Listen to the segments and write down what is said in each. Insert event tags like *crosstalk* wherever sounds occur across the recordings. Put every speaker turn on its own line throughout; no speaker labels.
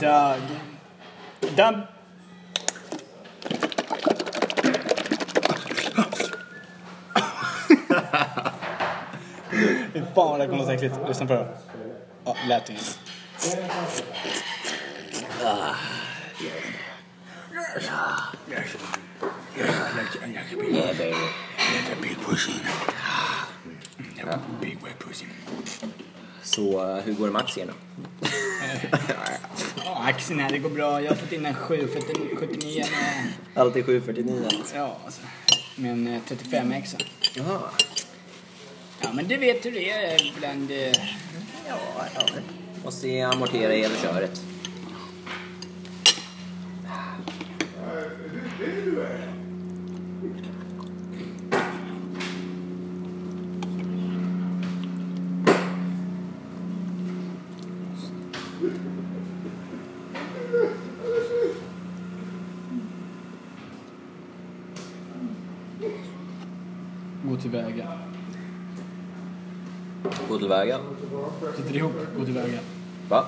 Doug. Doug. Fy fan vad det här kommer låta äckligt. Lyssna på det. Ja, lät inget.
Yeah, baby.
That's a big pussy. That's a big wet pussy.
Så eh, hur går det med aktierna?
Ja, axeln här, det går bra. Jag har fått in en 779 med,
Alltid 749.
ja, alltså, med en 35 exa
Jaha.
Ja, men du vet hur det är bland... eh,
Ja, ja. Måste amortera hela köret.
Gå tillväga.
Gå tillväga.
Sitter ihop, gå tillväga.
Va?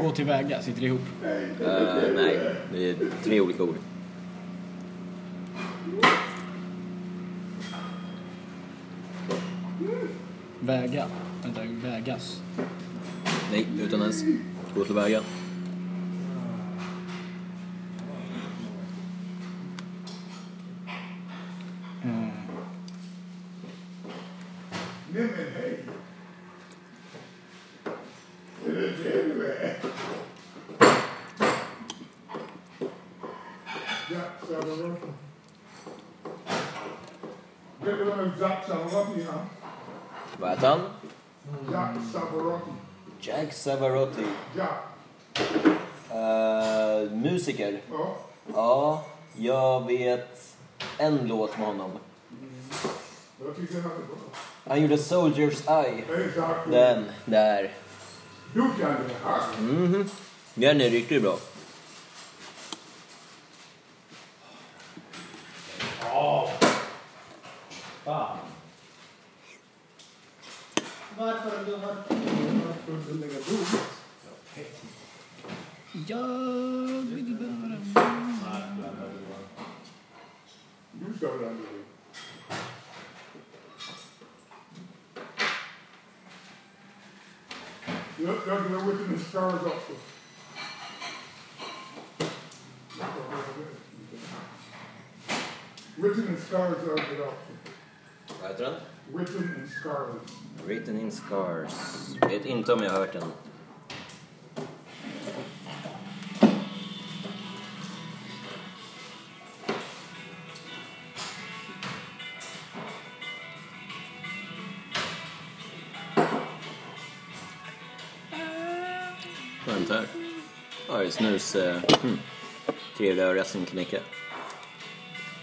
Gå tillväga, sitter ihop.
Eh, nej, det är tre olika ord.
Väga. Vänta, vägas.
Nej, utan ens. Gå tillväga.
Jack Savarotti, huh?
Vad heter han?
Jack Savarotti.
Jack Savarotti.
Jack.
Eh, musiker.
Ja.
Ja, jag vet en låt med honom.
Jag tycker han är bra.
Han gjorde Soldier's Eye.
Exakt.
Den där.
Du kan det här.
Mhm. Den är riktigt bra.
Jag vill bara...
Du ska väl ändå det. Jag jag ska gå ut in the stars också. Written in stars are good också.
Vad heter den?
Written in stars.
Written in scars. Vet inte om jag har hört den. Skönt här. Ja, det är snus. Eh, mm. Trevliga wrestlingknäcke.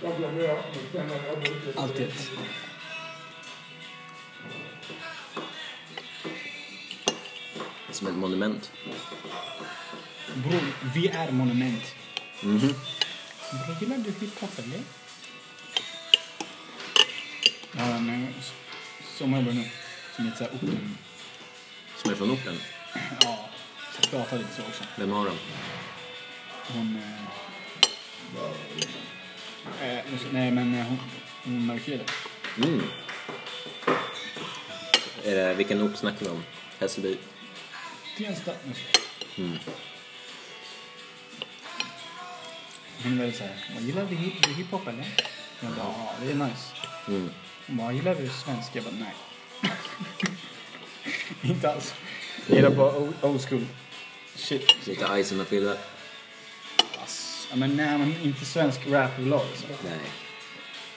Jag blir med och känner att jag borde-
Allt ett.
Det är Som ett monument.
Bror, vi är monument. Mhm. Bror, gillar du hiphop eller? Ja, men... s- Som jag nu. Som heter såhär orten.
Som är från orten.
Ja, så pratar lite så också.
Vem har dem?
Hon... Eh, eh, nej, men eh, hon, hon mörkhyade.
Mm. Är det, vilken ort snackar vi om? Hässelby?
Tensta. Mm. Hon är väldigt såhär, "Vad gillar du hip- du hiphop eller? Jag bara, ja det är nice.
Mm.
Hon bara, gillar du svenska? Jag bara, nej. *laughs* Inte alls. Jag gillar bara o- old school. Shit.
Lite Ice och Fille?
Ass. Ja, men nej, men inte svensk rap överlag liksom.
Nej.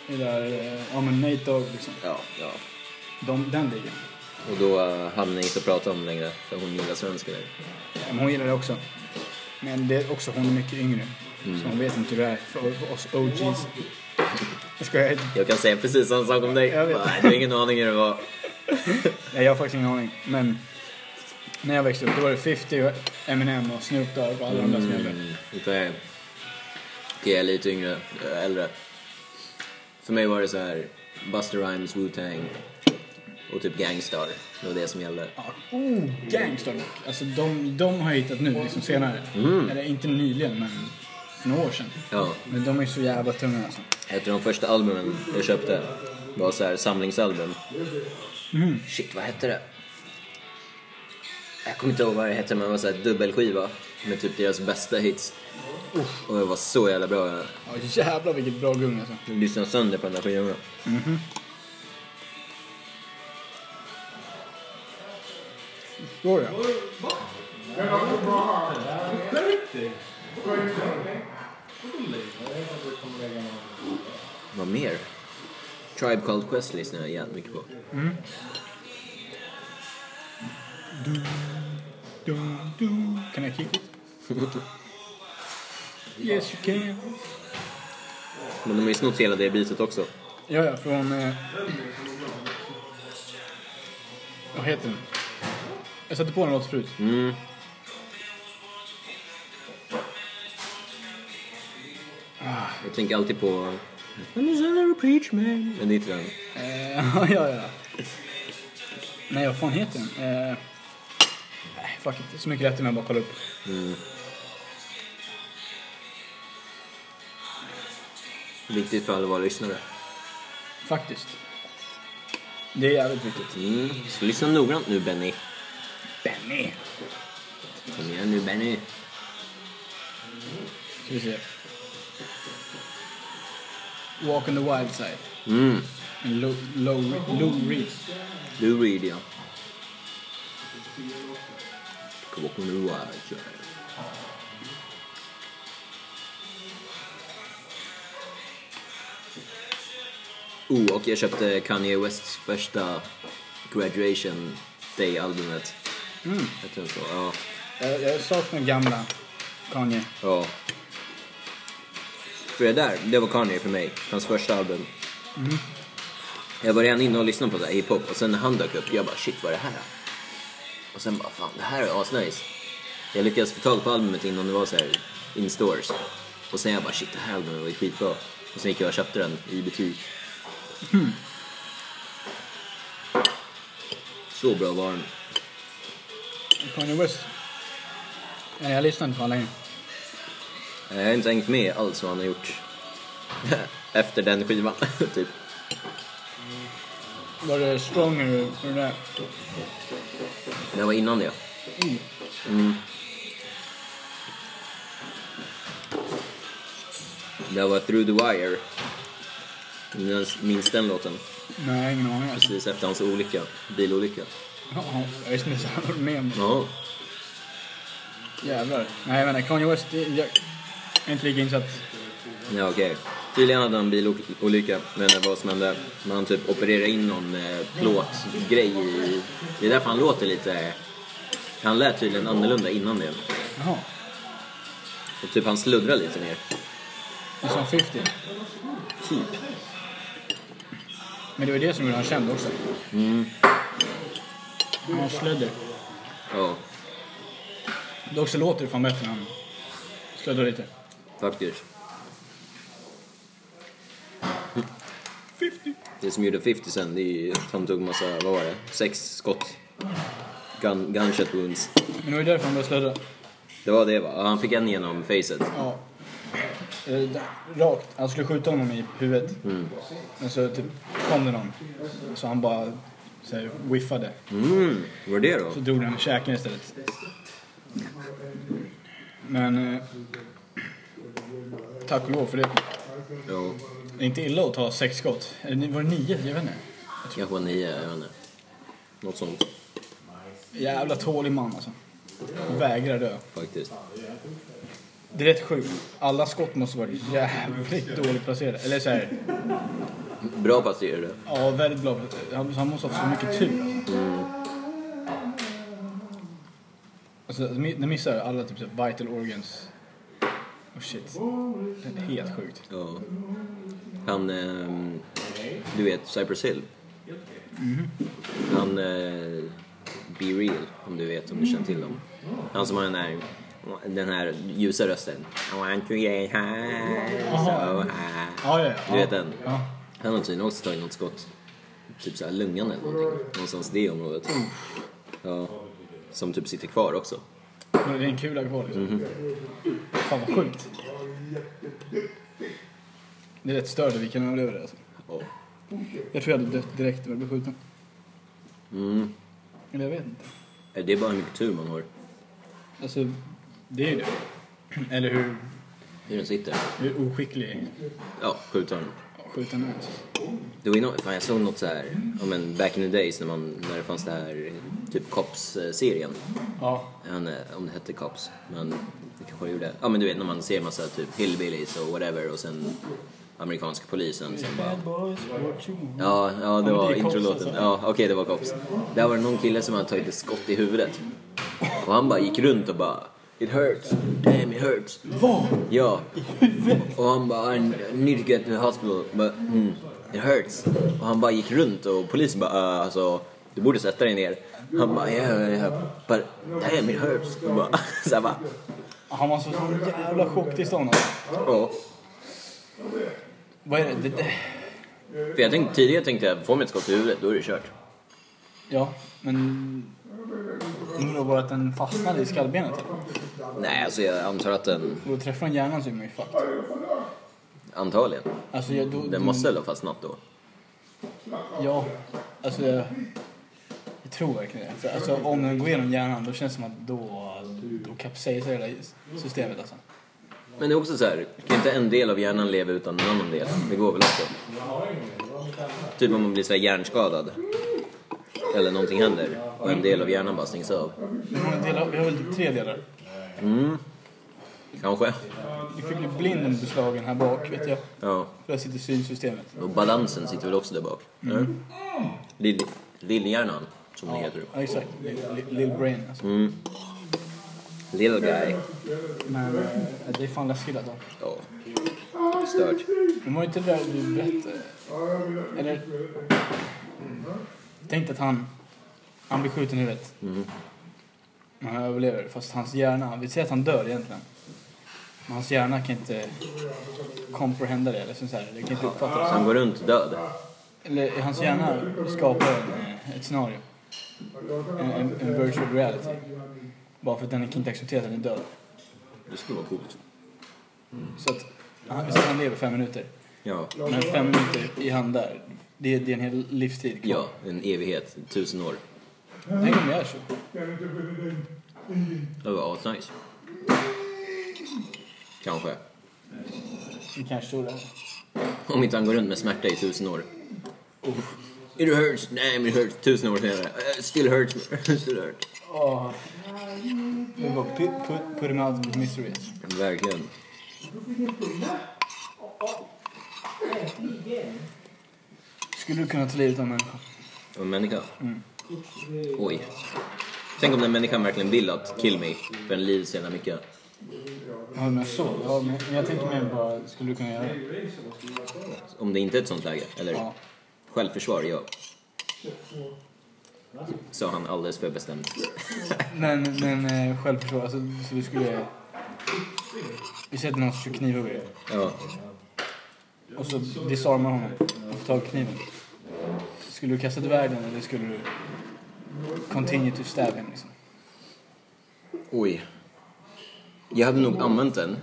Jag gillar, eh, ja men Nate Dogg liksom.
Ja, ja.
De, den ligan.
Och då eh, hade ni inte att prata om längre, för hon gillar svenska där.
Ja, Men hon gillar det också. Men det är också, hon är mycket yngre. Så hon vet inte hur det är för för oss OGs. Jag skojar, jag-
Jag kan säga precis samma sak om dig.
Jag vet.
Nej, du har ingen aning hur det var.
Nej, jag har faktiskt ingen aning. Men när jag växte upp då var det 50 och Eminem och Snoop Dogg och alla de där som gällde.
Mm, Okej. Okej, jag är lite yngre, eh, äldre. För mig var det så här, Buster Rhymes, Wu-Tang, Och typ Gangstar. Det var det som gällde.
Ja, oh, Gangsta Rock. Alltså de, de har jag hittat nu, liksom senare. Eller inte nyligen, men för några år sedan.
Ja.
Men de är så jävla tunga alltså.
Ett av de första albumen jag köpte var så här samlingsalbum. Shit, vad hette det? Jag kommer inte ihåg vad det hette, men det var så här dubbelskiva med typ deras bästa hits. Och det var så jävla bra. Jag
Ja, jävlar vilket bra gung alltså.
lyssnade sönder på den där skivan.
Förstår jag.
Vad mer? Tribe Called Quest lyssnar jag jävligt mycket på.
Dum, dum. Can I kick it? yes you can.
Men de har ju snott hela det bitet också.
Ja, ja, från... Eh... Vad heter den? Jag satte på den låt förut.
Jag tänker alltid på... I'm a sinner, a preach man. Men det är inte den.
Eh, *laughs* ja, ja, ja. Nej, vad fan heter den? Eh, nej, fuck it. Så mycket lättare när jag bara kollar upp.
Viktigt för alla våra lyssnare.
Faktiskt. Det är jävligt viktigt.
Mm. Så lyssna noggrant nu Benny.
Benny!
Kom igen nu Benny.
Ska vi se. Walk on the wild side.
Mm.
En Lou Lou- Lou Reed.
Lou Reed ja. Walk on the wild side. Oh, och jag köpte Kanye Wests första Graduation Day-albumet. Mm. Jag tror så, ja.
Jag, jag saknar gamla Kanye.
Ja. För det där, det var Kanye för mig. Hans första album. Jag var redan inne och lyssnade på så här hiphop och sen när han dök upp, jag bara shit vad är det här? Och sen bara fan det här är asnice. Jag lyckades få tag på albumet innan det var så här in stores. Och sen jag bara shit det här albumet var ju skitbra. Och sen gick jag och köpte den i butik. Så bra var den.
Kanye West. Nej, jag lyssnar inte på honom längre.
Jag har inte hängt med alls vad han har gjort. *laughs* Efter den skivan, *laughs* typ.
Var det Stronger och det där?
Det var innan det. Mm. Det var Through the Wire. Minns- Minns den låten?
Nej, ingen aning. alltså.
Precis efter hans olycka, bilolycka.
Ja, jag visste inte så han var med om det.
Ja.
Jävlar. Nej, men Kanye West, det- jag är inte lika insatt.
Ja, okej. Tydligen hade han en bilolycka, men det var som hände. Men han typ opererade in någon eh, plåtgrej i... Det är därför han låter lite... Han lät tydligen annorlunda innan det.
Jaha.
Och typ han sluddrar lite mer.
Det är som 50.
Typ.
Men det var det som gjorde honom känd också. Mm. Han slödder.
Ja,
Dock så låter det fan bättre när han slöddar lite.
faktiskt.
50.
Det som gjorde 50 sen, det är ju att han tog massa, vad var det? Sex skott. Gun, gunshot wounds.
Men det var ju därför han började slödda.
Det var det va? Ja, Han fick en genom facet.
Ja. Eh, där- Rakt. Han skulle skjuta honom i huvudet. Men så typ kom det någon. Så han bara så här, whiffade.
Mm, var det då?
Så drog den käken istället. Men... Eh, tack och lov för det.
Ja,
Det är inte illa att ta sex skott. Eller ni- var det nio? Jag vet inte.
kanske var nio, jag vet inte. Något sånt
Jävla tålig man alltså. Vägrar dö.
faktiskt.
Det är rätt sjukt. Alla skott måste vara jävligt dåligt placerade. Eller så här,
Bra passerar det.
ja väldigt bra. Han, han måste ha haft så mycket tur alltså. Alltså, mi- de missar alla typ så här vital organs. Oh shit. Det är helt sjukt.
Ja. Han, ehm, du vet Cypress Hill? Han, eh, Be Real, om du vet, om du känner till dem. Han som har den här, den här ljusa rösten. I want to get high, so high.
Ja, ja, ja.
Du vet den?
Ja.
Han har tydligen också tagit något skott. typ så här lungan eller någonting. Någonstans det området. Ja. Som typ sitter kvar också.
Men det är en kula kvar liksom.
Mhm.
Fan vad sjukt. Det är rätt störd vi kan överleva det alltså.
Ja.
Jag tror jag hade dött direkt om jag blev skjuten.
Mm.
Eller jag vet inte.
Det är bara hur mycket tur man har.
Alltså, det är ju det. Eller hur,
Hur den sitter.
hur oskicklig
Ja, skjutaren.
skjutaren är. Alltså.
Det var ju något, fan jag såg något så här, ja men back in the days när, man, när det fanns det här typ Cops-serien.
Ja.
Jag vet inte om det hette Cops, men det kanske det gjorde. Ja men du vet när man ser massa typ hillbillies och whatever och sen amerikanska polisen som bara...
Bad boys, what you want.
Ja, ja det
det
var
är Cops
introlåten.
alltså.
Ja, okej det var Cops. Där var det någon kille som hade tagit ett skott i huvudet. Och han bara gick runt och bara It hurts, damn it hurts.
Vad?
Ja. Och han bara I need to get to the hospital. But, mm, it hurts. Och han bara gick runt och polisen bara "Eh, alltså du borde sätta dig ner. Han bara yeah, yeah, but damn it hurts. Och bara, *laughs* så här bara,
Han var så sån jävla chocktillstånd alltså.
ja.
Vad är det? det, det.
För jag tänkte, tidigare tänkte jag, får mig ett skott i huvudet då är det kört.
Ja, men... Undrar då bara att den fastnade i skallbenet.
Nej alltså jag antar att den,
Och då träffar den hjärnan så är man ju fucked.
antagligen.
Alltså, jag, då,
Den måste väl ha fastnat då.
Ja, alltså jag, jag tror verkligen det. För, alltså, om den går igenom hjärnan då känns det som att då, då kapsejsar hela systemet alltså.
Men det är också så här, kan inte en del av hjärnan leva utan en annan del? Det går väl också? Typ om man blir så här hjärnskadad. Eller någonting händer och en del av hjärnan bara stängs av. Mm.
Hur många delar, vi har väl typ tre delar.
Kanske.
Du kan bli blind om du blir slagen här bak vet jag.
Ja.
För där sitter synsystemet.
Och balansen sitter väl också där bak? eller? Lill- Lillhjärnan, som det heter.
Ja, exakt. Lill- lill- Lill brain alltså.
Mm. Little guy.
Men eh, det är fan läskigt alltså.
Ja. Stört.
Men var inte det där du berättade? Eller? Tänk att han, han blir skjuten i huvudet.
Mm.
Men han överlever. Fast hans hjärna, vi säger att han dör egentligen. Men hans hjärna kan inte comprehenda det. Eller så här, det kan inte uppfatta
Så
det.
han går runt död.
Eller hans hjärna skapar en, eh, ett scenario. En, en, en virtual reality. Bara för att den kan inte acceptera att den är död.
Det skulle vara coolt.
Så att han, vi säger att han lever fem minuter.
Ja.
Men fem minuter i han där, det, är- det är en hel livstid kvar.
Ja, en evighet. Tusen år.
Tänk om det är så.
Det var asnice. Kanske.
Vi kanske tror det. här.
Om inte han går runt med smärta i tusen år. It hurts, damn it hurts. Tusen år senare. Eh, Still hurts, *laughs* still hurts.
Åh. Det var put, put, put him out with misery.
Verkligen.
Skulle du kunna ta livet av en människa?
Och en människa. Oj. Tänk om den människan verkligen vill att kill me. För en liv så jävla mycket.
Ja, men så. Ja, men jag tänker mer bara, skulle du kunna göra det?
Om det inte är ett sånt läge. Eller?
Ja.
Självförsvar, ja. Sa han alldeles för bestämt.
Men, men eh, självförsvar, alltså, så du skulle... Vi sätter någon som kör knivhugger
Ja.
och så disarmar honom och får tag i kniven. Skulle du kasta iväg den eller skulle du continue to stab him liksom?
Oj. Jag hade nog använt den.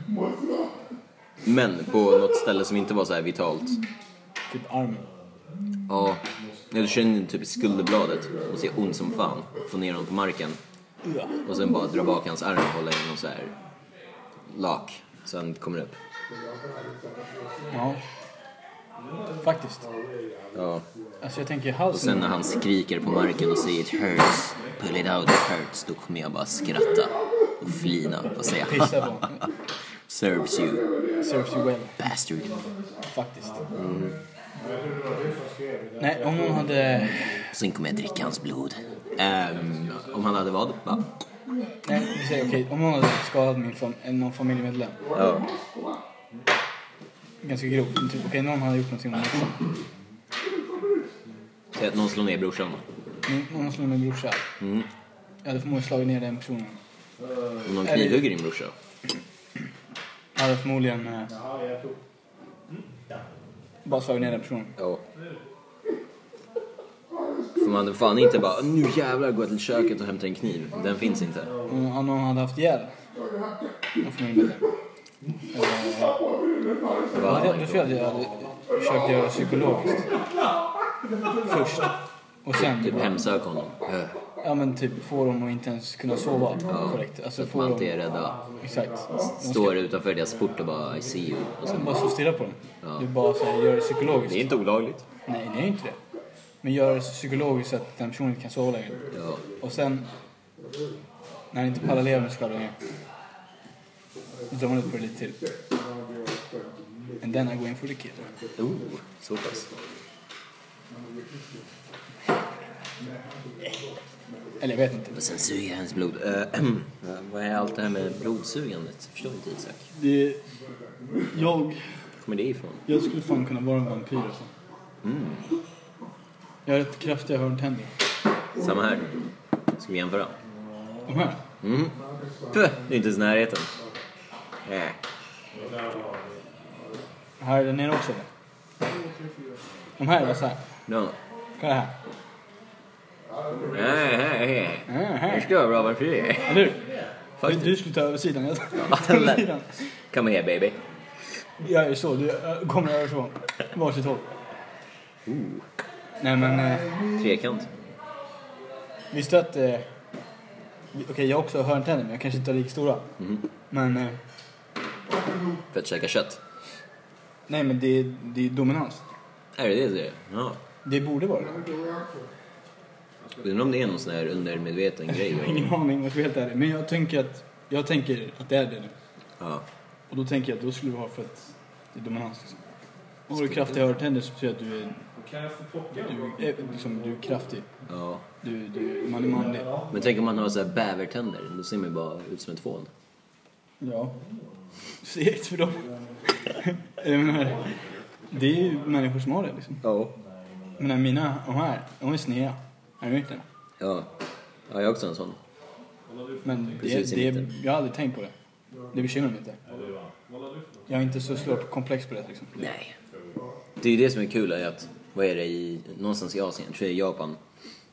Men på något ställe som inte var så här vitalt.
Typ armen.
Ja. Jag känner typ i skulderbladet och ser ont som fan. Få ner honom på marken.
Ja.
Och sen bara dra bak hans arm och hålla in honom så här lak. Så han inte kommer upp.
ja. Faktiskt.
Ja.
Alltså jag tänker
Och
halsen.
sen när han skriker på marken och säger it hurts, pull it out, it hurts. Då kommer jag bara skratta och flina och säga
Pissa på honom.
serves you
Serves you well.
bastard.
Faktiskt. Nej, om någon hade...
Sen kommer jag dricka hans blod. Ehm, om han hade vad? Va?
Nej, vi säger okej. Om någon hade skadat min fam eh, någon familjemedlem.
Ja.
Ganska grovt. men Typ, okej, någon hade gjort någonting med brorsan.
Säg att någon slår ner brorsan.
Min- Någon slog min brorsa.
Mm.
Jag hade förmodligen slagit ner den personen.
Om någon knivhugger din brorsa.
Jag hade förmodligen... Eh, bara slagit ner den personen.
Ja. För man hade fan inte bara nu jävlar går jag till köket och hämtar en kniv. Den finns inte.
Om, om någon hade haft ihjäl någon familjemedlem. Eh,
Vad
Ja,
hade
det,
han
det
gjort
tror jag att jag hade försökt göra psykologiskt. Först. Och sen
Typ
bara-
hemsök honom. Äh,
Ja men typ få dem att inte ens kunna sova korrekt.
Så
Alltså
att
få
man
dem...
inte är rädda.
Exakt. De ska
Står utanför deras port och bara I see you. Och sen,
bara stå och stirra på dem.
Ja.
Du bara så här, gör det psykologiskt.
det är inte olagligt.
Nej det är inte det. Men gör det psykologiskt så att den personen inte kan sova längre.
Ja.
Och sen... När den inte pallar leva med sig själv längre. Då drar man ut på det lite till. And then I go in for the kill.
Oh, så pass.
Eller jag vet inte.
Och sen suger jag hans blod. Eh, *clears throat* vad är allt det här med blodsugandet? Förstår inte Isak.
Det... Jag...
Var kommer det ifrån?
Jag skulle fan kunna vara en vampyr alltså.
Mm.
Jag har rätt kraftiga hörntänder.
Samma här. Ska vi jämföra?
De här?
Mm. Puh, det är inte ens närheten. Äh.
Här är den nere också eller? De här är bara så här.
No.
Kolla här.
Nej, nej, nej.
Ja,
Det
här.
ska vara bra varför
Eller hur? Du,
Faktiskt.
du skulle ta översidan. Jag
Ja,
tar
den där.
översidan.
Come here baby.
Jag är så. Du äh, kommer över så. Varsitt håll. Nej men eh,
Trekant.
visste du att... Eh, Okej jag har också hörntänder men jag kanske inte har lika stora.
Mm.
Men eh,
För att käka kött.
nej men det, det är dominans.
Är det det du gör? Ja.
Det borde vara det.
Undrar om det är någon sån här undermedveten grej.
Jag har ingen aning om jag ska vara helt ärlig. Men jag tänker att, jag tänker att det är det nu.
Ja.
Och då tänker jag att då skulle du ha för att det är dominans. Liksom. Har du kraftiga hörtänder så betyder det att du är... Du är, liksom, du är kraftig.
ja.
Du, du, man är manlig.
Men tänk om man har så här bävertänder. Då ser man ju bara ut som ett fån.
Ja. Segt för dem. *laughs* jag menar, det är ju människor som har det liksom.
Ja.
Jag menar mina, de här, de är sneda. Här i mitten.
Ja. Ja, jag är också en sån.
Men det,
Precis i
det,
mitten.
jag har aldrig tänkt på det. Det bekymrar mig inte. Jag är inte så stor på komplex på det liksom.
Nej. Det är ju det som är kul är att, vad är det i, någonstans i Asien, tror jag i Japan,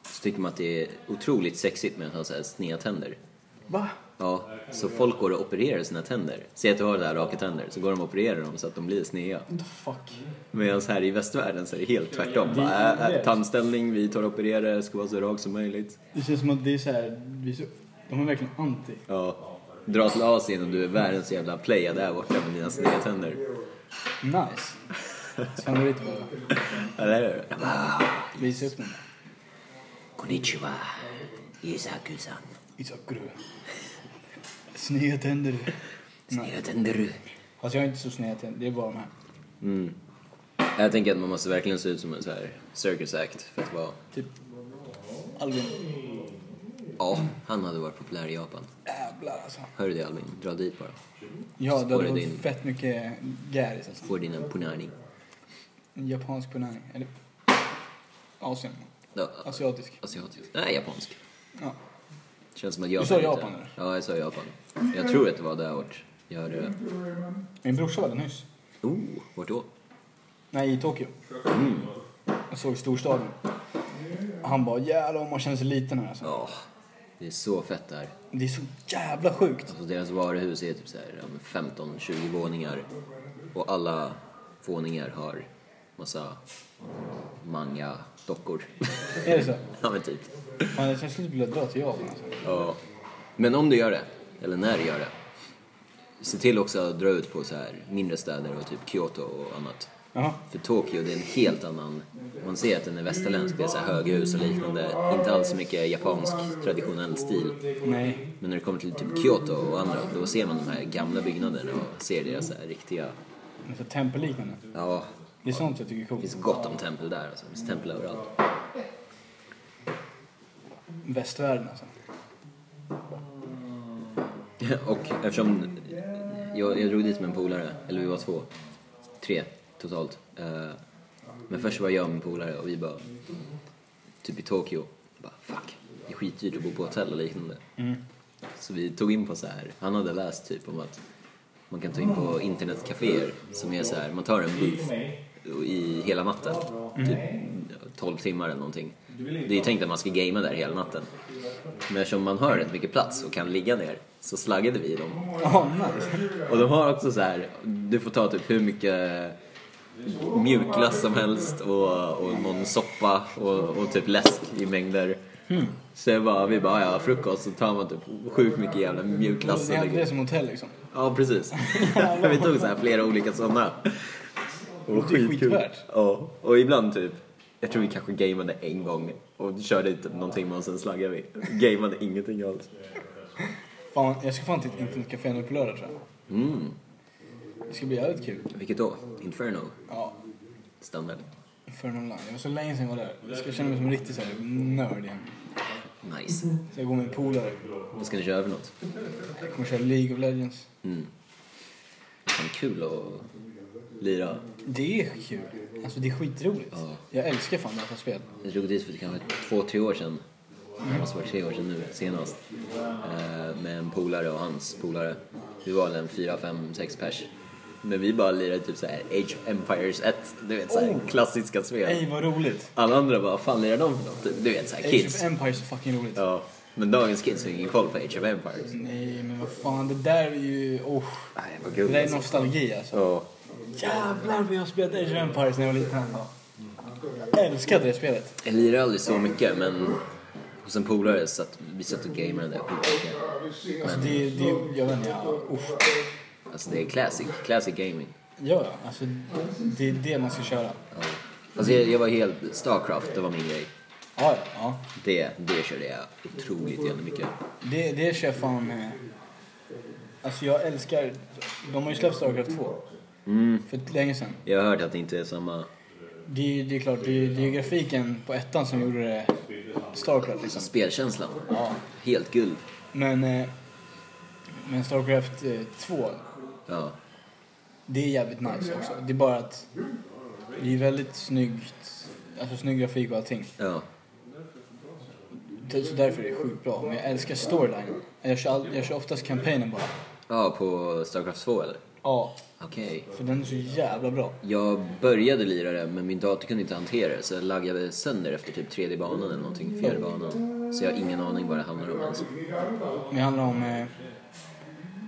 så tycker man att det är otroligt sexigt med att ha så här sneda tänder.
Va?
Ja, så folk går och opererar sina tänder. Säg att du har det här raka tänder, så går de och opererar dem så att de blir sneda.
What the fuck?
Medan här i västvärlden så är det helt tvärtom. Bara, äh, äh, tandställning, vi tar och opererar, det ska vara så rakt som möjligt.
Det känns som att det är så här, vi är så, de är verkligen anti.
Ja. Dra till Asien och du är världens jävla playa där borta med dina sneda tänder.
Nice. Fan går dit och bara
Eller hur?
visa upp den där.
Konnichiwa, Isaku-san.
Isakuru. Sneda tänder.
Sneda tänder du.
Alltså jag är inte så sned tänder, det är bara de här.
Jag tänker att man måste verkligen se ut som en så här circus act för att vara...
Typ Albin.
Ja, han hade varit populär i Japan.
Jävlar alltså.
Hör du det Albin? Dra dit bara.
Ja, det
Var
hade
det
varit
din-
fett mycket gäris alltså.
Får dina punani.
En japansk punani. Eller Asien.
Ja,
Asiatisk.
asiatisk. Nej, japansk.
Ja.
Känns som att Japan
sa
inte-
Japan, eller?
Ja, jag sa Japan. Jag tror att det var där vart jag hörde det.
Min brorsa var där nyss.
Oh, vart då?
Nej, i Tokyo. Jag såg storstaden. Han bara jävlar om man känner sig liten här alltså.
Ja, det är så fett där.
Det är så jävla sjukt.
Alltså deras varuhus är typ så här, ja, men 15-20 våningar. Och alla våningar har massa manga-dockor.
Är det så?
*laughs* ja, men typ.
Fan, jag skulle vilja dra till Japan alltså.
Ja. Men om du gör det, eller när du gör det, se till också att dra ut på så här mindre städer och typ Kyoto och annat.
Jaha.
För Tokyo, det är en helt annan... Man ser att den är västerländsk, det är så här höghus och liknande. Inte alls så mycket japansk traditionell stil.
Nej.
Men när det kommer till typ Kyoto och andra, då ser man de här gamla byggnaderna och ser deras så här riktiga...
Men så tempelliknande.
Ja,
Det är sånt jag tycker är
det finns
coolt.
gott om tempel där alltså. Det finns tempel överallt.
Västvärlden alltså.
*laughs* Och eftersom jag, jag drog dit med en polare, eller vi var två, tre totalt. Eh, Men först var jag och min polare och vi bara, typ i Tokyo, bara fuck, det är skitdyrt att bo på hotell och liknande. Så vi tog in på så här, han hade läst typ om att man kan ta in på internetcaféer som är så här, man tar en booth i hela natten, typ 12 timmar eller någonting. Det är ju tänkt att man ska gamea där hela natten. Men eftersom man har rätt mycket plats och kan ligga ner så slaggade vi dem.
Ja, nice.
Och de har också så här, du får ta typ hur mycket mjukglass som helst och, och någon soppa och, och typ läsk i mängder.
Hmm.
Så jag bara, vi bara, ja frukost så tar man typ sjukt mycket jävla mjukglass
Det
och
är det
lägger
är som hotell liksom.
Ja,
*laughs*
precis. vi tog så här flera olika sådana. Och
Det är skitvärt.
Ja, och ibland typ, jag tror vi kanske gameade en gång och körde typ någon timme och sen slaggade vi. Gameade ingenting alls.
Fan, jag ska fan till ett internetcafé nu på lördag tror jag.
Mm.
Det ska bli jävligt kul.
Vilket då? Inferno?
Ja,
Standard.
för någon land. Det var så länge sedan jag var där. Jag ska känna mig som en riktig så här nörd igen.
Nice.
Så jag går med en polare.
Vad ska ni köra för något?
Jag kommer köra League of Legends.
Mm. Fan kul att lira.
Det är kul. Alltså det är skitroligt.
Ja.
Jag älskar fan dataspel.
Jag drog dit för kanske två, tre år sedan. Det måste vara tre år sedan nu senast. Eh, med en polare och hans polare. Vi var väl en fyra, fem, sex pers. Men vi bara lirade typ såhär Age of Empires 1. Du vet såhär
Oh.
klassiska spel.
Ej vad roligt.
Alla andra bara, fan lirar de för något? Typ, Du vet såhär
Age of
kids.
Empires är fucking roligt.
Ja. Men dagens kids har ingen koll på Age of Empires.
Nej men vad fan, det där är ju... Oh,
Nej, vad
det
kul
där är
alltså.
nostalgi alltså.
Ja.
Jävlar vad jag spelade Age of Empires när jag var liten. Jag älskade det spelet.
Jag lirar aldrig så mycket men hos en polare satt vi satt och gamade den där skitmycket.
Alltså det, det jag vet inte, jag, usch.
Alltså det är classic, classic gaming.
Ja, ja, alltså det är det man ska köra.
Ja. Alltså jag, jag var helt, Starcraft det var min grej.
Ja, ja, ja.
Det, det körde jag otroligt jävla mycket.
Det, det kör fan... eh, Alltså jag älskar... De har ju släppt Starcraft 2. För ett länge sedan.
Jag har hört att det inte är samma
Det är ju det är klart, det är, det är ju grafiken på ettan som gjorde det Starcraft liksom.
spelkänsla.
Ja.
Helt guld.
Men, eh, men Starcraft eh, 2,
Ja.
det är jävligt nice också. Det är bara att det är väldigt snyggt, alltså snygg grafik och allting.
ja.
Det- Så därför är det sjukt bra. Men jag älskar storylinen. Jag kör, all, jag kör oftast kampanjen bara.
Ja, på Starcraft 2 eller?
Ja,
Okej.
för den är så jävla bra.
Jag började lira det men min dator kunde inte hantera det så jag laggade sönder efter typ tredje banan eller någonting, fjärde banan. Så jag har ingen aning vad det handlar om ens.
Det handlar om... Eh,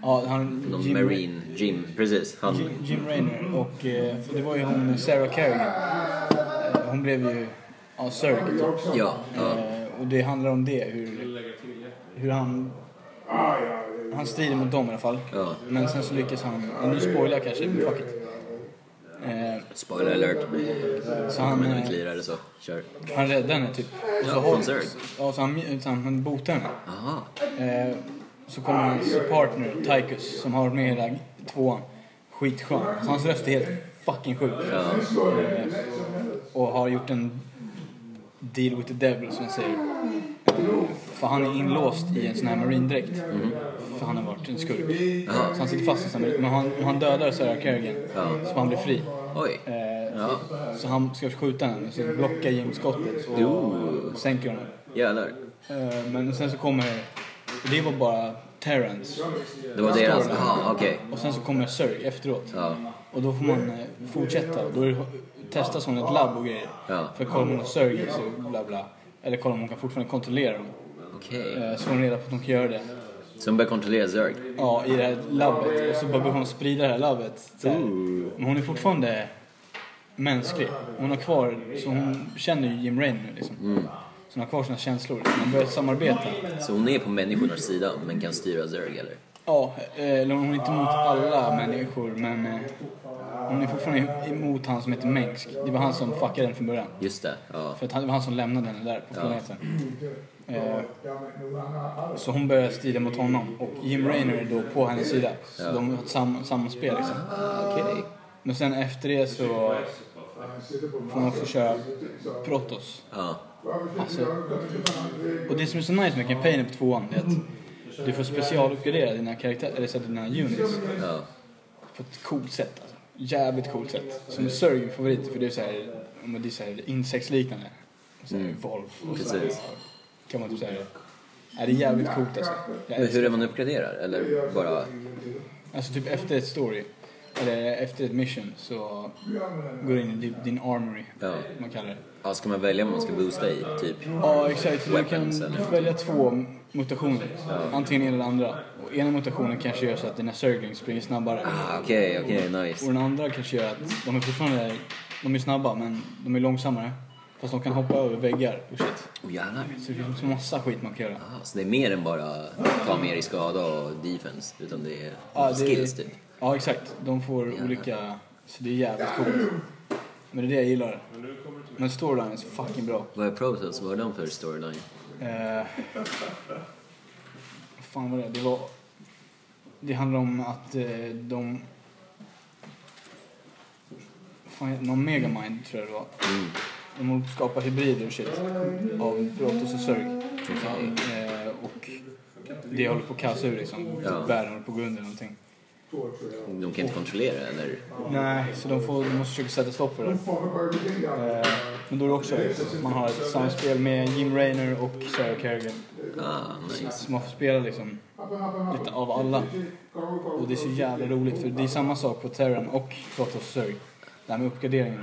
ja, han,
Någon
Jim-
marine, Jim, precis. Han,
Jim- Jim Raynor och eh, för det var ju hon Sarah Kerrigan. Eh, Hon blev ju ja, surrogate. då.
ja, ja.
Eh, och det handlar om det, hur, hur han... Han strider mot dem i alla fall.
Ja.
Men sen så lyckas han... och Nu spoilar jag kanske, men fuck it. Eh,
Spoiler alert.
så
Om
han,
jag inte
eh,
lirar så, kör.
han räddar henne typ. Och
Ja,
så
från Zerg.
Ja, så han, så han, han botar henne.
Aha.
Eh, så kommer hans partner, Tychus, som har varit med i hela tvåan. Skitskön. Så hans röst är helt fucking sjuk.
Ja.
Eh, och har gjort en deal with the devil som man säger. För han är inlåst i en sån här marinedräkt. För han har varit en skurk. Så han sitter fast i en sån här Men han, han dödar Sarah Kerrigan. Så han blir fri.
Oj.
Eh,
Ja.
Så han ska skjuta henne. Så blockar Jim skottet och
Jo.
sänker honom.
Jävlar.
Eh, Men sen så kommer... Det var bara Terrence.
Det var deras, aha okej.
Och sen så kommer Sörg efteråt.
Ja.
Och då får man eh, fortsätta. Då är det, testas hon i ett labb och grejer.
Ja.
För att kolla om hon har Sörg så bla bla. Eller kolla om hon kan fortfarande kontrollera dem.
Okej.
Eh, Så får hon reda på att hon kan göra det.
Så de började kontrollera Zerg?
Ja, i det här labbet. Och så bara börjar hon sprida det här labbet. Så här. Men hon är fortfarande mänsklig. Hon har kvar, så hon känner ju Jim Rain nu liksom. Så hon har kvar sina känslor. Man börjar samarbeta.
Så hon är på människornas sida men kan styra Zerg eller?
Ja, eh, eller hon är inte emot alla människor men eh, hon är fortfarande emot han som heter Mengsk. Det var han som fuckade den från början.
Just det, ja.
För att han, det var han som lämnade henne där på planeten. Eh, alltså, så hon börjar strida mot honom och Jim Raynor är då på hennes sida. Så de har ett sam, samspel liksom.
Okej.
Men sen efter det så får man också köra Protos.
Ja.
Alltså, och det som är så nice med kampanjen på tvåan är att du får specialuppgradera dina karaktärer, eller så här, dina units
ja.
på ett coolt sätt. Alltså. Jävligt coolt sätt. Som Sörg är favorit för det är så här, ja, men det är så här insektsliknande. Och så här, Volv och så här,
Mm. Precis.
Kan man typ säga. Nej, det är jävligt coolt alltså. Jag
Men
älskar-
hur är man uppgraderar? Eller bara...
Alltså typ efter ett story. eller efter ett mission så går du in i din armory,
Ja.
man kallar det.
Ja, ska man välja vad man ska boosta i, typ?
Ja, exakt. För du kan
Weapons eller-
välja två mutationer. Antingen ena eller andra. Och ena mutationen kanske gör så att dina Zerglings springer snabbare.
Ah, Okej, okej,
Och
nice.
den andra kanske gör att de är fortfarande de är snabba men de är långsammare. Fast de kan hoppa över väggar och shit.
Oh, jävlar.
Så det finns massa skit man kan göra.
Ah, så det är mer än bara ta mer i skada och defense, utan det är
Ja, det-
skills, typ?
Ja, exakt. De får olika... Så det är jävligt coolt. Men det är det jag gillar. Men storylinen är så fucking bra.
Vad är Protoss? Vad är de för storyline?
Eh, vad fan var det? Det var... Det handlar om att eh, de... Fan, någon megamind tror jag det var.
Mm.
De håller på att skapa hybrider och shit. Av Protoss och Zerg. Eh, och det håller på att kaosa ur liksom.
Ja.
Världen håller på att gå under eller någonting.
De kan inte kontrollera, eller?
Nej, så de, får, de måste försöka sätta stopp för det.
Mm.
Eh, men då är det också man har ett samspel med Jim Raynor och Sarah Kerrigan.
Ah, nice.
Så man får spela liksom lite av alla. Och det är så jävla roligt för det är samma sak på Terran och Protoss Zerg. Det här med uppgraderingen.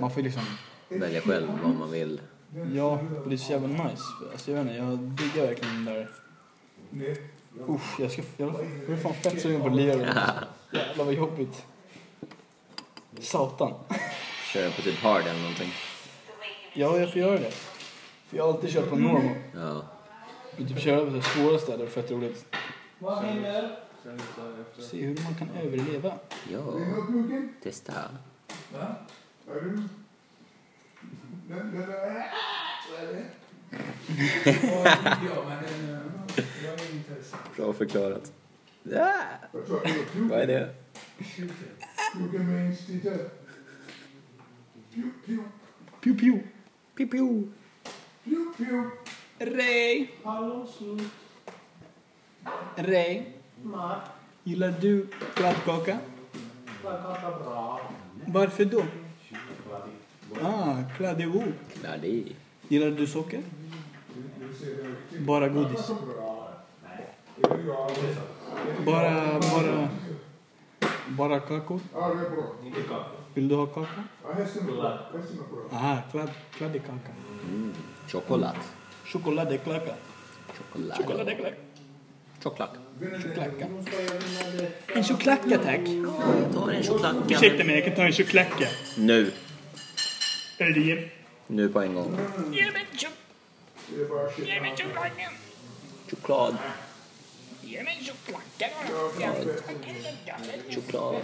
Man får ju liksom,
Välja själv vad man vill.
ja, och det är så jävla nice. Alltså jag vet inte, jag diggar verkligen den där. Usch, jag ska, jag jag är fan fett sugen på att lira den. Jävlar vad jobbigt. Satan.
Köra på typ hard eller någonting.
Ja, jag får göra det. För jag har alltid kört på normal.
Ja.
Men typ köra på svåra städer, fett roligt. Se hur man kan överleva.
Ja. Testa. Bra förklarat. Ja. Vad är det?
Pew pew.
Pew, pew.
Ray. Ray. Gillar du kladdkaka? Varför då? Ah, kladdivo.
Kladdig.
Gillar du socker? Bara godis. Bara, bara... Bara kakor? Vill du ha kaka? Aha, kladd, kladdig kaka.
Choklad.
Chokladekaka.
Choklad.
Chokladekaka.
Choklad.
Choklacka. En choklacka tack.
Ta en choklad.
Ursäkta mig, jag kan ta en choklacka.
Nu.
Är det er?
Nu på en gång.
Ge mig chokladen! Ge mig chokladen!
Choklad.
Ge mig chokladen! Jag vill ha chokladen!
Choklad.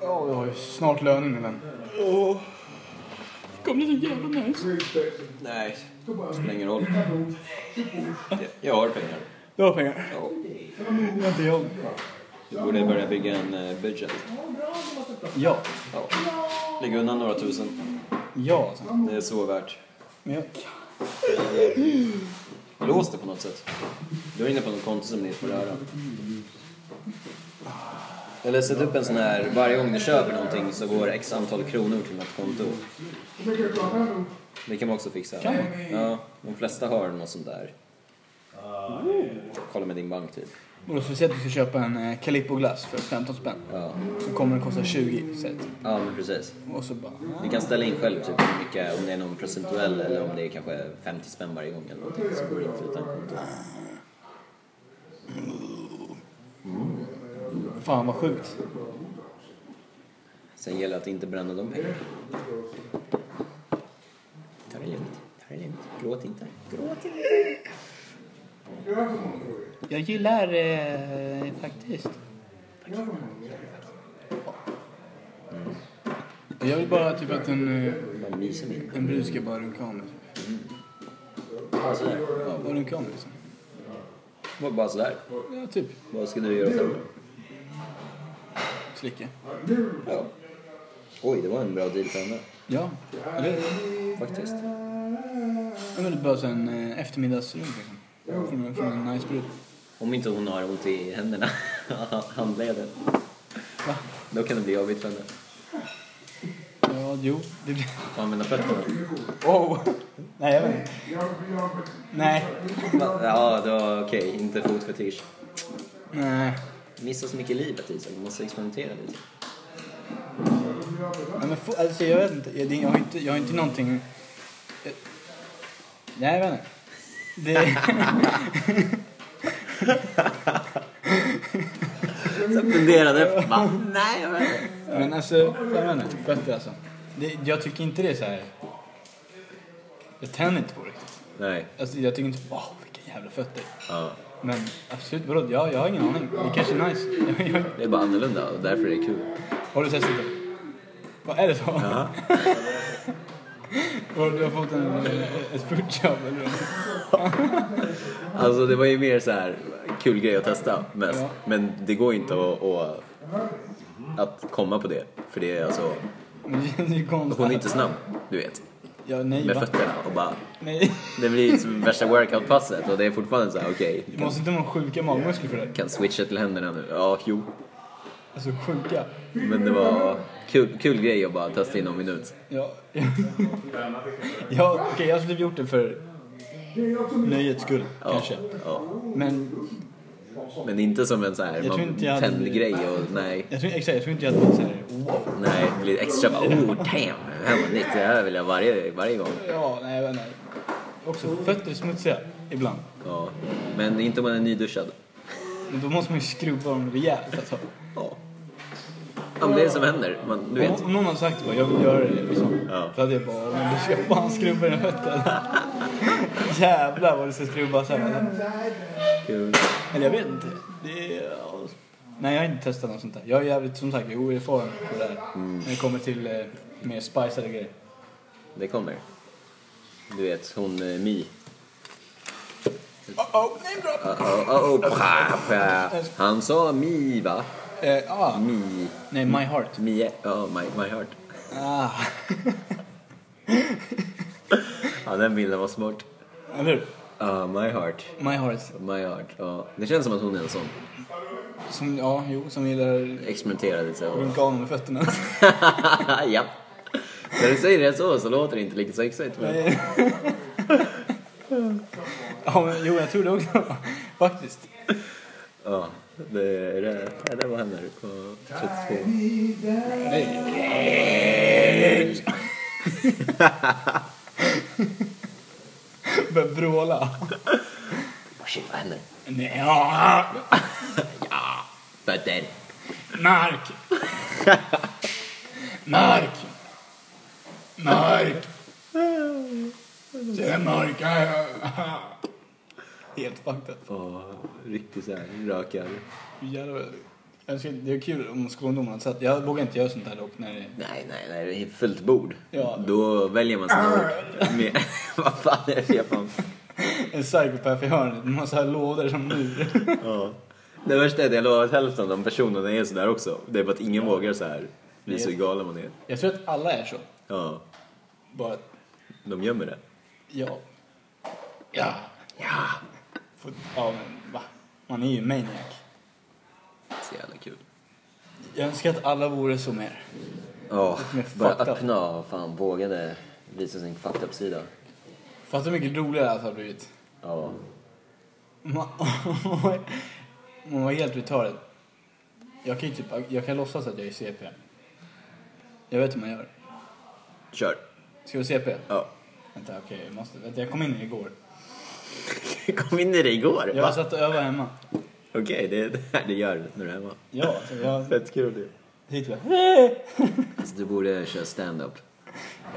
Ja, vi har ju snart löning min vän. Kom det så jävla nice.
Nej. Det spelar ingen roll. Jag har pengar.
Du har pengar. Det har inte jag.
Du borde börja bygga en eh, budget.
Ja.
Ja. Lägg undan några tusen.
Ja alltså.
Det är så värt.
Men jag
Lås det på något sätt. Du är inne på något konto som ni inte får röra. Eller sätt upp en sån här, varje gång du köper någonting så går x antal kronor till något konto. Det kan man också fixa. Ja, de flesta har något sånt där. Kolla med din bank typ.
Och då ska vi säga att du ska köpa en eh, Calippo-glass för 15 spänn.
Ja,
Så kommer den kosta 20 säg.
ja men precis.
Och så bara...
Du kan ställa in själv typ hur mycket, om det är någon procentuell eller om det är kanske 50 spänn varje gång eller någonting så går det inte utan konto.
Fan vad sjukt.
Sen gäller det att inte bränna de pengarna. Ta det lugnt. Ta det lugnt. Gråt inte. Gråt inte.
Jag gillar eh, faktiskt. Mm. Jag vill bara typ att en, eh,
Bara mysa med
en brud ska bara runka om mig.
Bara sådär.
Ja, bara runka om mig liksom.
Var Bara sådär.
Ja, typ.
Vad ska du göra åt det?
Slicka.
Ja. Oj, det var en bra deal för henne.
Ja, eller
Faktiskt.
Jag vill bara en eh, eftermiddagsrunk liksom. Från, en- från en nice brud.
Om inte hon har ont i händerna. *laughs* Handleden. Då kan det bli avvittrande.
Ja, jo. Det... blir-
Får använda fötterna.
Wow! Nej, jag vet inte. Nej.
Va? Ja, då okej. Inte fotfetisch.
Nej.
Missar så mycket i livet Isak. Du måste experimentera lite.
Nej, men fo- alltså, jag vet inte. Jag, det- jag, har inte, jag har inte någonting... Jag- Nej, jag vet inte. Det...
Sen funderade jag. Va? Nej, jag vet inte.
Men alltså, jag vet inte. Fötter alltså. Det, jag tycker inte det är så här... Jag tänder inte på det riktigt.
Nej.
Alltså, jag tycker inte... Åh, vilka jävla fötter.
Ja.
Men absolut, vadå? Jag, jag har ingen aning. Det kanske är nice. *laughs* Jag, jag,
Det är bara annorlunda och därför är det kul.
har du testat det? Vad är det så?
Ja.
*laughs* Har du har fått en, eh, ett fruktjobb eller? vad?
Alltså det var ju mer så här kul grej att testa mest. Men det går ju inte att, att, att komma på det. För det är alltså,
Men det känns ju konstigt.
hon är inte snabb, du vet.
Ja, nej
Med
va?
fötterna och bara.
Nej. *laughs*
Det blir som värsta workoutpasset och det är fortfarande så här okej.
Du
du kan,
måste inte ha några sjuka magmuskler för det.
kan switcha till händerna nu. Ja, jo.
Alltså sjuka.
Men det var kul, kul grej att bara testa i någon minut.
Ja, ja okej jag skulle ha gjort det för nöjets skull
Ja,
kanske.
ja.
Men
Men inte som en så här
tror inte jag hade-
tändgrej och nej.
jag tror, exakt, jag tror inte jag hade varit såhär wow.
Nej, det blir extra bara oh damn. Det här var nytt. Det här vill jag varje, varje gång.
Ja, nej, jag vet inte. Också fötter är smutsiga ibland.
Ja. Men inte om man är nyduschad.
Men då måste man ju skrubba dem rejält alltså.
Ja. ja men det är det som händer. Man, du
Om,
vet.
om någon har sagt bara jag vill göra det liksom.
Ja.
Då hade jag bara, men du ska fan skrubba dina fötter. *laughs* Jävlar vad du ska skrubba sen. Alltså.
Kul.
Eller jag vet inte. Det är, ja. Nej jag har inte testat något sånt där. Jag är jävligt, som sagt, jag är oerfaren på det där. När det kommer till eh, mer spiceade grejer.
Det kommer. Du vet, hon eh, My.
Oh, name drop!
Oh, oh, oh, pra, pra. Han sa Mi, va?
Eh, ah.
Mi.
Nej, my heart.
Mi, ja, my, my heart.
Ah.
*laughs* Ja, den bilden var smart.
Eller hur?
Ja, my heart.
My heart.
My heart. Ja, det känns som att hon är en sån.
Som, ja, jo, som gillar
Experimenterar lite så. *laughs*
runka av med fötterna. *laughs*
Japp. När du säger det så så låter det inte lika sexigt. Men...
Nej. ja, men, jo, jag tror det också. *laughs* Faktiskt.
Ja, det, det, det, det var henne på 32.
Börjar vråla.
Oh, shit, vad händer?
Nej, ja.
Fötter.
Mark! Mark! Mark! Det är Mark. Ah, Helt fucked up.
Ja, riktigt såhär rökar.
Jävlar. Jag önskar- Det är kul om skolungdomarna hade sett. Jag vågar inte göra sånt här dock. När det...
Nej, nej, nej, det är fullt bord.
Ja.
Då väljer man sina ord. Med, *laughs* vad fan är det för Japan?
En psykopat i hörnet. En massa lådor som mur.
Ja. Det värsta är att jag lovar att hälften av de personerna är sådär också. Det är bara att ingen vågar så här visa hur galen man är.
Jag tror att alla är så.
Ja,
Bara att,
de gömmer det.
ja. Ja.
Ja,
Får- Ja, men va? Man är ju maniac.
så jävla kul.
Jag önskar att alla vore så mer.
Ja,
mer
bara
fucked up.
öppna och fan vågade visa sin fucked up-sida.
Fattar hur mycket roligare allt har blivit.
Ja.
Man, *laughs* man var helt retarded. Jag kan ju typ, jag kan låtsas att jag är CP. Jag vet hur man gör.
Kör.
Ska vi CP?
Ja. *laughs*
Vänta, okej, jag måste, vänta, jag kom in igår.
Kom in i det igår.
Jag
va?
satt och övade hemma.
Okej, det är *laughs* det här du gör när du är hemma.
Ja, så jag
*laughs* Fett kul det.
sitter bara.
Alltså, du borde köra stand-up.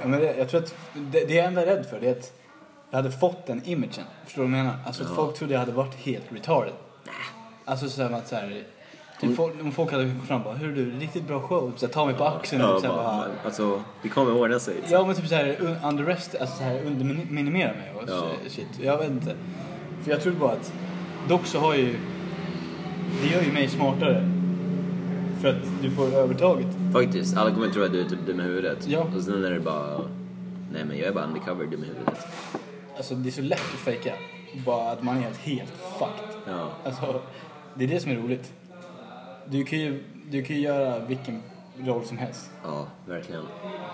Ja, men det, jag tror att det, det jag ändå är rädd för det är att jag hade fått den imagen. Förstår du vad jag menar? Alltså att folk trodde jag hade varit helt retarded. Alltså så här med att så här, typ, folk, om folk hade gått fram och bara “Hur du, riktigt bra show” typ, så här, ta mig på axeln och
Ja,
typ, så här, bara,
bara, alltså, det kommer ordna sig.
Ja men typ såhär un- underrest, alltså såhär underminimera mig och
Ja.
så- shit. Jag vet inte. För jag tror bara att, dock så har ju, det gör ju mig smartare. För att du får övertaget.
Faktiskt, alla kommer tro att du är typ dum i huvudet.
Ja.
Och sen är det bara... Nej men jag är bara undercover dum i huvudet.
Alltså det är så lätt att fejka. Bara att man är helt, helt fucked.
Ja.
Alltså, det är det som är roligt. du kan ju, du kan ju göra vilken roll som helst.
Ja, verkligen.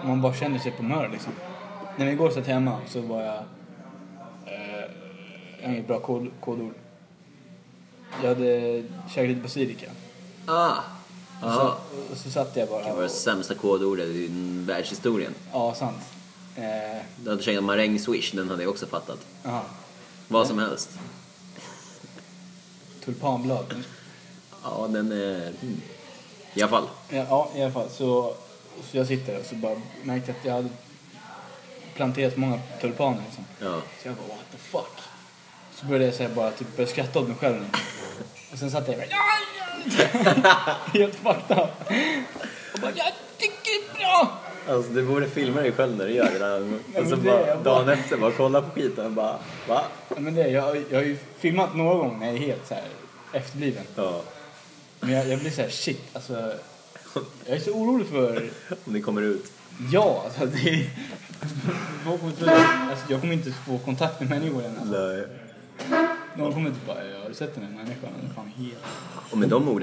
Om man bara känner sig på humör liksom. När vi igår satt hemma så var jag... Eh, jag har inget bra kod, kodord. Jag hade käkat lite basilika.
Ah! Ja.
Och så satt jag bara...
Det var det sämsta kodordet i världshistorien.
Ja, sant. Eh,
Du hade käkat maräng swish, den hade jag också fattat.
aha.
Vad som helst.
Tulpanblad.
Ja, den är... Hmm. I alla fall.
Ja, ja, i alla fall. Så, så jag sitter där och så bara märkte att jag hade planterat många tulpaner liksom.
Ja.
Så jag bara what the fuck. Så började jag så här, bara typ började skratta åt mig själv. liksom. Och sen satt jag bara helt fucked up. Och bara jag tycker det är bra.
Alltså du borde filma dig själv när du gör det där.
men det är jag bara-
efter bara kolla på skiten och bara va?
Ja, men det, jag, har- jag har ju filmat någon gång när jag är helt så här efterbliven.
Ja.
Men jag, jag blir så här shit alltså. Jag är så orolig för
Om det kommer ut.
Ja, alltså det... Alltså, jag kommer inte få kontakt med människor än. Alltså.
Nej.
Någon kommer typ bara, "Ja, har du sett den här människan? Den är fan helt...
Och med de orden